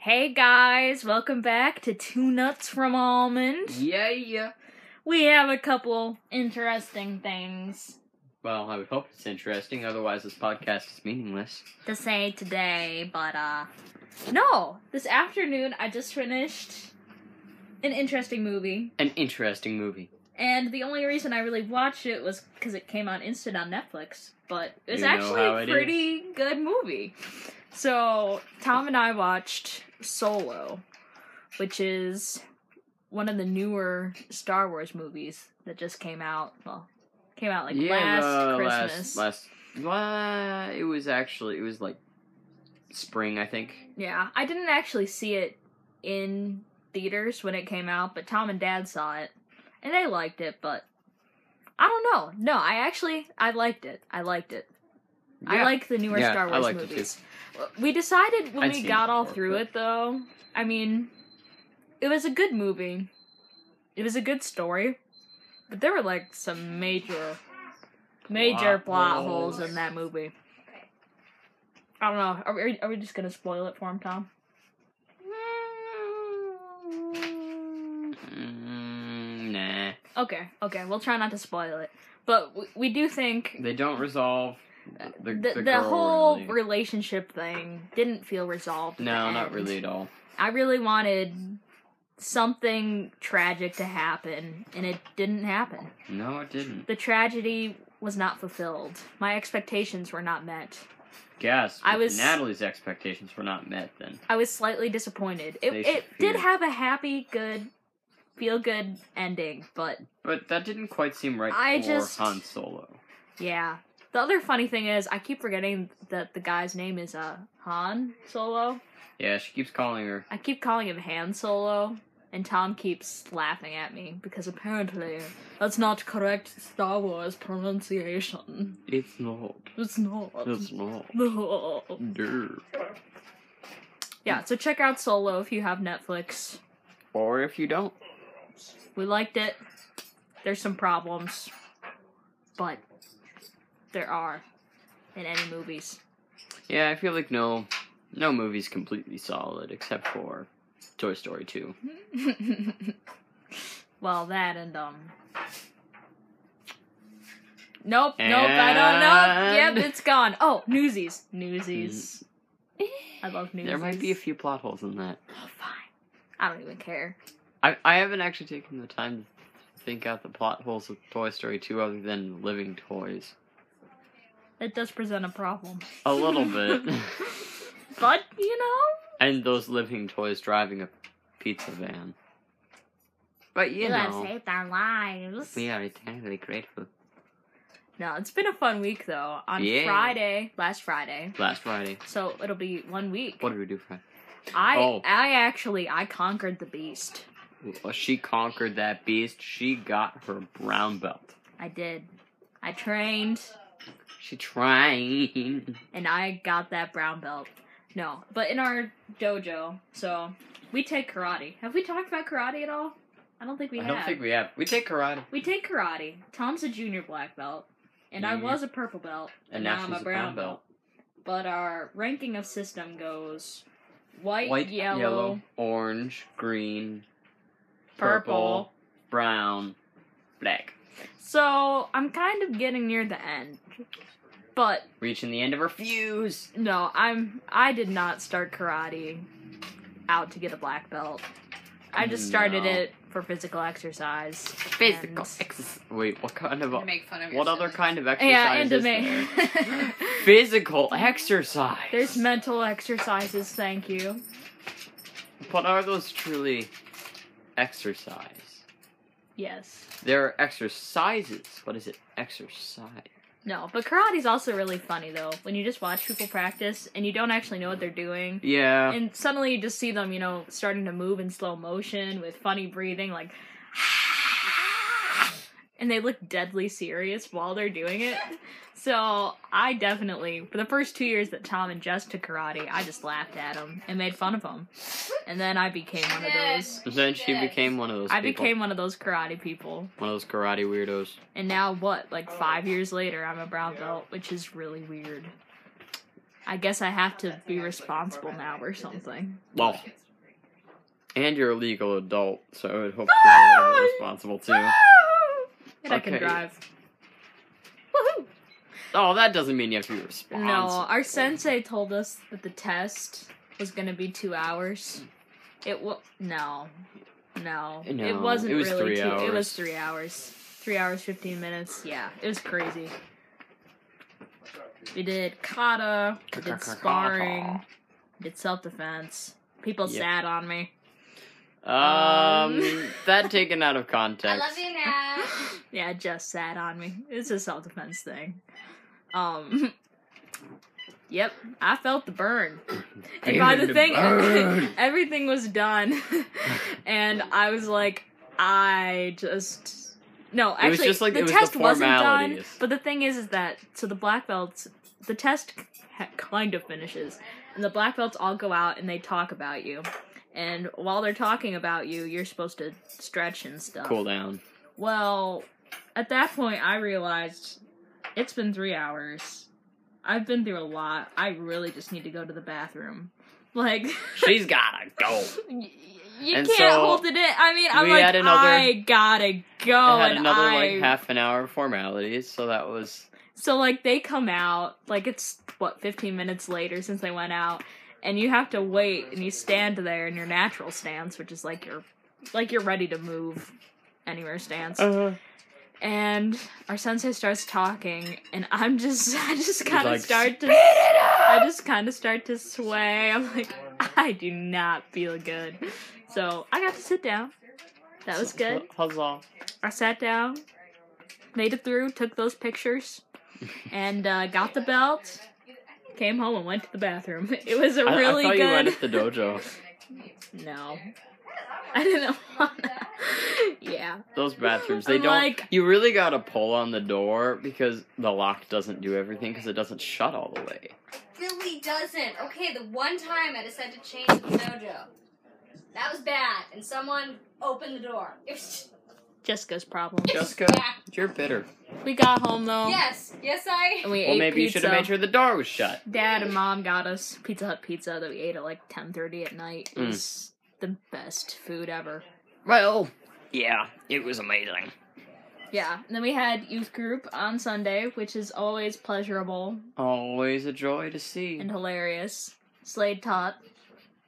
Hey guys, welcome back to Two Nuts from Almond. Yeah, yeah. We have a couple interesting things Well, I would hope it's interesting. Otherwise, this podcast is meaningless. to say today, but uh no, this afternoon I just finished an interesting movie, An interesting movie. and the only reason I really watched it was cuz it came out instant on Netflix, but it was You know actually how a it pretty good movie. So, Tom and I watched Solo, which is one of the newer Star Wars movies that just came out. Well, came out like last uh, Christmas. Last, last, uh, it was actually it was like spring, I think. Yeah, I didn't actually see it in theaters when it came out, but Tom and Dad saw it and they liked it, but I don't know. No, I actually I liked it. I liked it. I Yeah. like the newer Yeah, Star I Wars liked it too. movies. We decided when I'd we seen it got all before, through but- it though. I mean, it was a good movie. It was a good story. But there were like some major major Plot plot holes. holes in that movie. I don't know. Are we, are we just gonna spoil it for him, Tom? Mm, nah, Okay, okay, we'll try not to spoil it, but we, we do think they don't resolve the the the, the, girl whole really. relationship thing didn't feel resolved. at No, the not end. really at all. I really wanted something tragic to happen, and it didn't happen. No, it didn't. The tragedy was not fulfilled. My expectations were not met. Guess I if was- Natalie's expectations were not met. Then I was slightly disappointed. It They should it did feel- have a happy, good, feel good ending, but But that didn't quite seem right I for just- Han Solo. Yeah. The other funny thing is, I keep forgetting that the guy's name is uh Han Solo. Yeah, she keeps calling her. I keep calling him Han Solo, and Tom keeps laughing at me because apparently that's not correct Star Wars pronunciation. It's not. It's not. It's not. No. Durr. Yeah. So check out Solo if you have Netflix. Or if you don't, We liked it. There's some problems, but there are in any movies. yeah, I feel like no, no movie's completely solid except for Toy Story Two. well, that and um. Nope, nope, I don't know. And- Yep, it's gone. Oh, Newsies, Newsies. I love Newsies. There might be a few plot holes in that. Oh, fine. I don't even care. I I haven't actually taken the time to think out the plot holes of Toy Story Two, other than living toys. It does present a problem, A little bit, but you know, and those living toys driving a pizza van. But you know, saved our lives. we are eternally grateful. No, it's been a fun week though. On Yeah. Friday, last Friday, Last Friday, so it'll be one week. what did we do Friday? I, Oh. I actually, I conquered the beast. Well, she conquered that beast. She got her brown belt. I did. I trained She trying. and I got that brown belt. No, but in our dojo, so we take karate. Have we talked about karate at all? I don't think we I have. don't think we have. We take karate. we take karate. Tom's a junior black belt, and I Mhm. was a purple belt, And and, now now, I'm she's a brown belt. But our ranking of system goes white, White, yellow, yellow, orange, green, purple. purple, brown, black. So I'm kind of getting near the end, but Reaching the end of her fuse. No, I'm I did not start karate out to get a black belt. I just started No. it for physical exercise. Physical and- exercise. Wait, what kind of to make fun of what your other siblings. kind of exercise Yeah, and to is make there? Physical exercise. There's mental exercises, thank you. But are those truly exercise? Yes. There are exercises. What is it? Exercise. No, but karate's also really funny though. When you just watch people practice and you don't actually know what they're doing. Yeah. And suddenly you just see them, you know, starting to move in slow motion with funny breathing like and they look deadly serious while they're doing it. So I definitely, for the first two years that Tom and Jess took karate, I just laughed at them and made fun of them. And then I became one of those. then she became one of those. I people. became one of those karate people. one of those karate weirdos. And now what? Like five years later, I'm a brown belt, which is really weird. I guess I have to be responsible now or something. Well, and you're a legal adult, so I would hope you're a little bit responsible too. And I can Okay. drive. Woohoo! Oh, that doesn't mean you have to be responsible. No, our sensei told us that the test was going to be two hours. It was no, no, No, It wasn't it was really three two. It hours. was three hours. Three hours fifteen minutes. Yeah, it was crazy. We did kata. We did sparring. We did self defense. People Yep. sat on me. Um, that taken out of I context. love you now. yeah, just sat on me. It's a self defense thing. Um. Yep, I felt the burn. And by the thing, everything was done, and I was like, I just no. It Actually, was just like- the it was the test wasn't done. formalities. But the thing is, is that so the black belts, the test ha- kind of finishes, and the black belts all go out and they talk about you, and while they're talking about you, you're supposed to stretch and stuff. cool down. Well, at that point, I realized it's been three hours. I've been through a lot. I really just need to go to the bathroom. Like, She's gotta go. y- you And can't so, hold it in. I mean, I'm we like, had another- I gotta go. I had and another I... like half an hour of formalities, so that was So like they come out, like it's what 15 minutes later since they went out, and you have to wait and you stand there in your natural stance, which is like you're like you're ready to move anywhere stance. Oh, And our sensei starts talking, and I'm just I just kind of like, start to I just kind of start to sway. I'm like I do not feel good. So I got to sit down. That was good. Huzzah! I sat down, made it through, took those pictures, and uh, got the belt. Came home and went to the bathroom. It was a I- really I, thought good. you went at the dojo. no, I didn't want. to yeah, Those bathrooms, they I'm don't. like- you really gotta pull on the door because the lock doesn't do everything because it doesn't shut all the way. Really doesn't. Okay, the one time I decided to change the dojo. That was bad, and someone opened the door. It was Jessica's problem. Jessica, you're bitter. We got home though. yes, yes, I. and we Well, ate maybe you pizza. should have made sure the door was shut. Dad and Mom got us Pizza Hut pizza that we ate at like 10:30 at night. It Mm. was the best food ever. Well, yeah, it was amazing. Yeah, and then we had youth group on Sunday, which is always pleasurable. Always a joy to see. and hilarious. Slade taught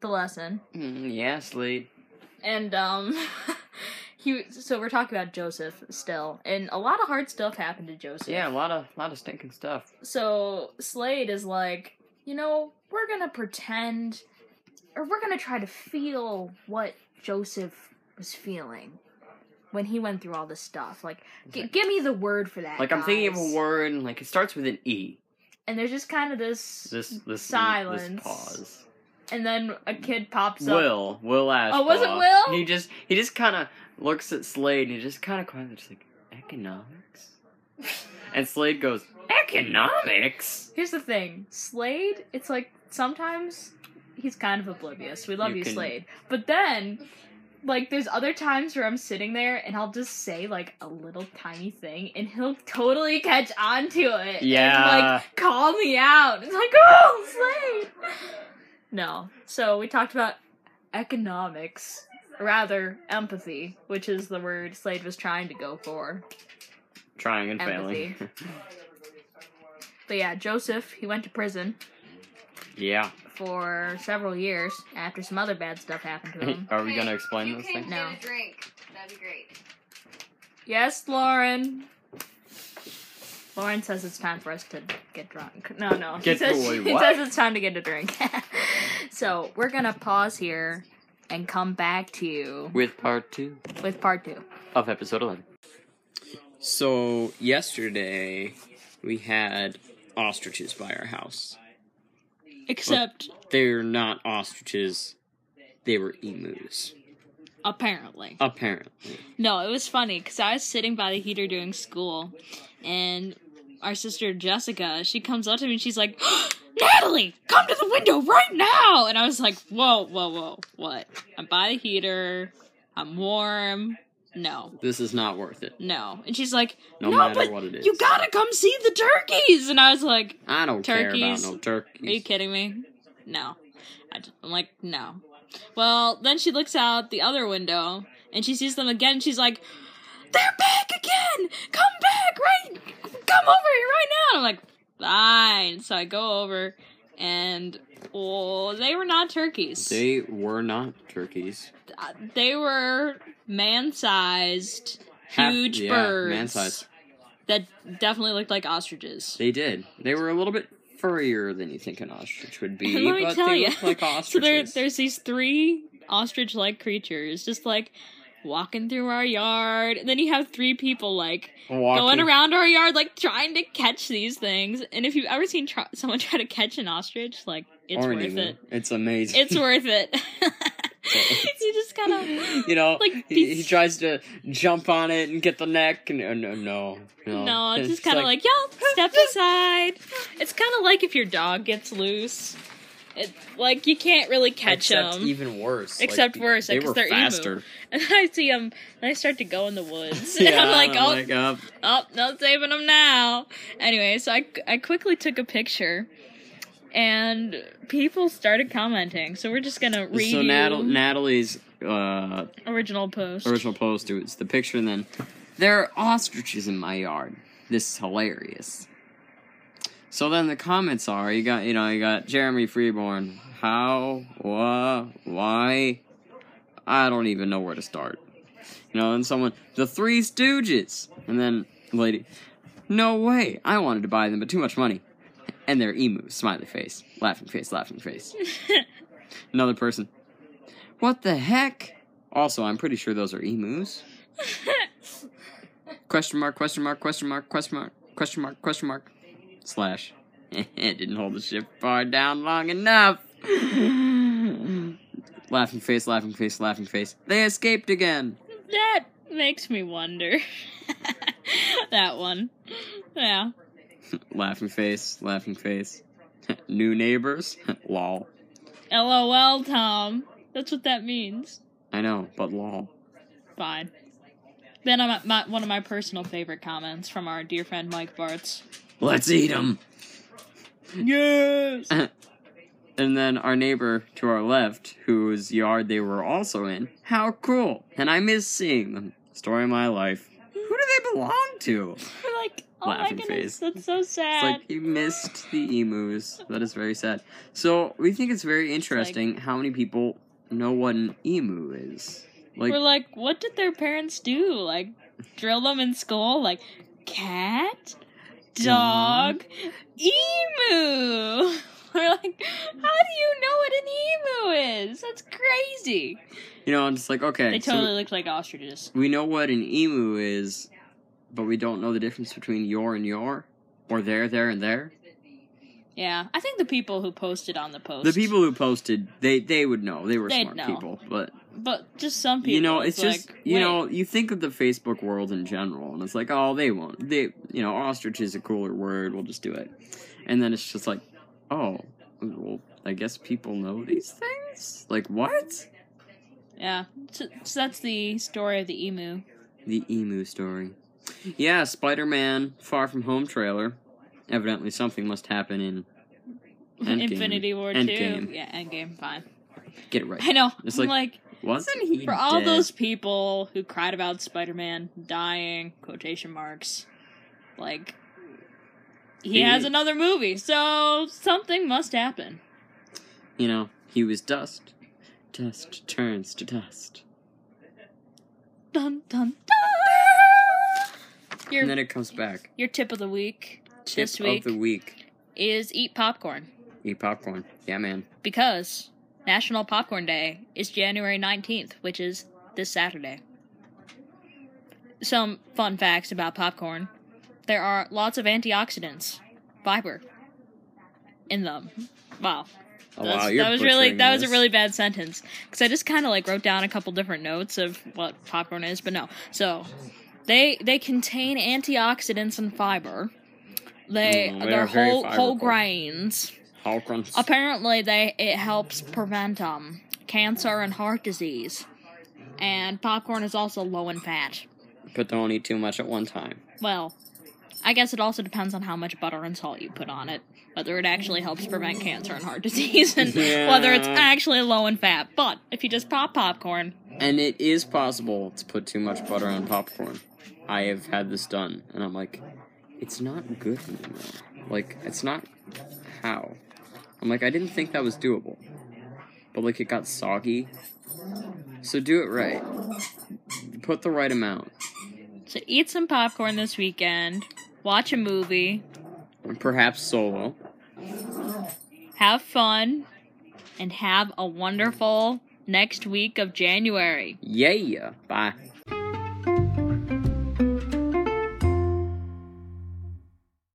the lesson, Mm, yes, Lee. and um, he. So we're talking about Joseph still, and a lot of hard stuff happened to Joseph. Yeah, a lot of lot of stinking stuff. So Slade is like, you know, we're gonna pretend, or we're gonna try to feel what Joseph was feeling when he went through all this stuff. Like, g- give me the word for that. Like I'm thinking of guys." a word, and like it starts with an E. and there's just kind of this, This this Silence. This pause. and then a kid pops up. Will Will Ashbaugh. Oh, was it Will? He just he just kind of looks at Slade, and he just kind of quietly just like economics. and Slade goes economics. Here's the thing, Slade. It's like sometimes he's kind of oblivious. We love you, You can- Slade. But then, like, there's other times where I'm sitting there and I'll just say like a little tiny thing, and he'll totally catch on to it. And, Yeah. like call me out. It's like, oh, Slade. No. So we talked about economics, rather empathy, which is the word Slade was trying to go for. Trying and Empathy. failing. But yeah, Joseph. He went to prison. yeah. for several years after some other bad stuff happened to him. Are we Hey, gonna you explain this can thing? get No. a drink. That'd be great. yes, Lauren. Lauren says it's time for us to get drunk. No, no. he, Get- says, wait, he what? says it's time to get a drink. so we're going to pause here and come back to you With part two. with part two. of episode 11. So, yesterday we had ostriches by our house. Except, They're not ostriches, they were emus, apparently. apparently. No, it was funny because I was sitting by the heater doing school, and our sister Jessica, she comes up to me and she's like, Natalie, come to the window right now! And I was like, Whoa, whoa, whoa, what? I'm by the heater, I'm warm, no, This is not worth it. no. And she's like, No, no, matter but what it is. you gotta come see the turkeys. And I was like, I don't care about Turkeys. no Are you turkeys. kidding me? No. I d- I'm like, no. Well, then she looks out the other window and she sees them again. She's like, they're back again! Come back, right? Come over here right now! And I'm like, fine. So I go over and, oh, they were not turkeys. They were not turkeys. Uh, they were man sized, Half- huge yeah, birds. man-sized. That definitely looked like ostriches. They did. They were a little bit furrier than you think an ostrich would be, Let me but tell they ya. look like ostriches. So there, there's these three ostrich-like creatures just like walking through our yard, and then you have three people like Walking. going around our yard, like trying to catch these things. And if you've ever seen tr- someone try to catch an ostrich, like it's or an worth eagle. it. It's amazing. It's worth it. you just gotta. you know, like, he, these- he tries to jump on it and get the neck, and uh, no, no, no. No, it's just It's kind of like, y'all step aside. It's kind of like if your dog gets loose, it like you can't really catch except them. even worse. like, Except worse, they 'cause were they're emu. faster. And I see them, and I start to go in the woods. and I'm like, oh, oh, oh, not saving them now. Anyway, so I, I quickly took a picture, and people started commenting. So we're just gonna read so Natal- Natalie's uh, original post. original post it was the picture, and then there are ostriches in my yard. This is hilarious. So then the comments are you got you know you got Jeremy Freeborn. How? Wha? Why? I don't even know where to start. You know, and someone the Three Stooges, and then lady. No way! I wanted to buy them, but too much money. And they're emus. Smiley face, laughing face, laughing face. Another person. What the heck? Also, I'm pretty sure those are emus. question mark, question mark, question mark, question mark, question mark, question mark. Slash. it didn't hold the shift bar down long enough. laughing face, laughing face, laughing face. They escaped again. That makes me wonder. that one, yeah. laughing face, laughing face. New neighbors? lol. LOL, Tom. That's what that means. I know, but lol. Fine. Then I'm at my, one of my personal favorite comments from our dear friend Mike Bartz. Let's eat them! Yes. And then our neighbor to our left, whose yard they were also in. How cool! And I miss seeing them. Story of my life. Who do they belong to? We're like, oh Laughing my face. goodness, that's so It's sad. like you missed the emus. That is very sad. So we think it's very interesting how many people know what an emu is. Like, We're like, what did their parents do? Like, drill them in school? Like, cat, dog, emu. We're like, how do you know what an emu is? That's crazy. you know, I'm just like, okay, They so totally look like ostriches. we know what an emu is, but we don't know the difference between your and your, or there, there, and there. Yeah, I think the people who posted on the post. The people who posted, they they would know. They were They'd smart know. people, but but just some people. you know, it's like, just you wait. know, you think of the Facebook world in general, and it's like, oh, they won't. They, you know, ostrich is a cooler word. We'll just do it, and then it's just like, oh, well, I guess people know these things. Like what? Yeah, so, so that's the story of the emu. The emu story. Yeah, Spider-Man: Far From Home trailer. Evidently, something must happen in. Endgame. Infinity War Endgame. Two. Yeah, Endgame. Fine. Get it right. I know. It's I'm like- like Wasn't he For all dead? those people who cried about Spider Man dying, quotation marks, like, he He- has another movie, so something must happen. You know, he was dust. Dust turns to dust. Dun dun dun! and Your, then it comes back. your tip of the week this Tip week of the week. is eat popcorn Eat popcorn. Yeah, man. because National Popcorn Day is January 19th, which is this Saturday. Some fun facts about popcorn there are lots of antioxidants, fiber in them. Wow. Oh, That's- wow, you're that was really butchering that was a this. really bad sentence because I just kind of like wrote down a couple different notes of what popcorn is, but no. So they they contain antioxidants and fiber. They Mm, they are they're very whole whole fiberful. grains. Popcorn. Apparently, they it helps prevent um cancer and heart disease, and popcorn is also low in fat. But don't eat too much at one time. Well, I guess it also depends on how much butter and salt you put on it, whether it actually helps prevent cancer and heart disease, and Yeah. whether it's actually low in fat. But if you just pop popcorn, And it is possible to put too much butter on popcorn. I have had this done, and I'm like, it's not good anymore. Like, it's not how. I'm like, I didn't think that was doable. But, like, it got soggy. So do it right. Put the right amount. so eat some popcorn this weekend, watch a movie, Perhaps solo. have fun, and have a wonderful next week of January. Yeah. Bye.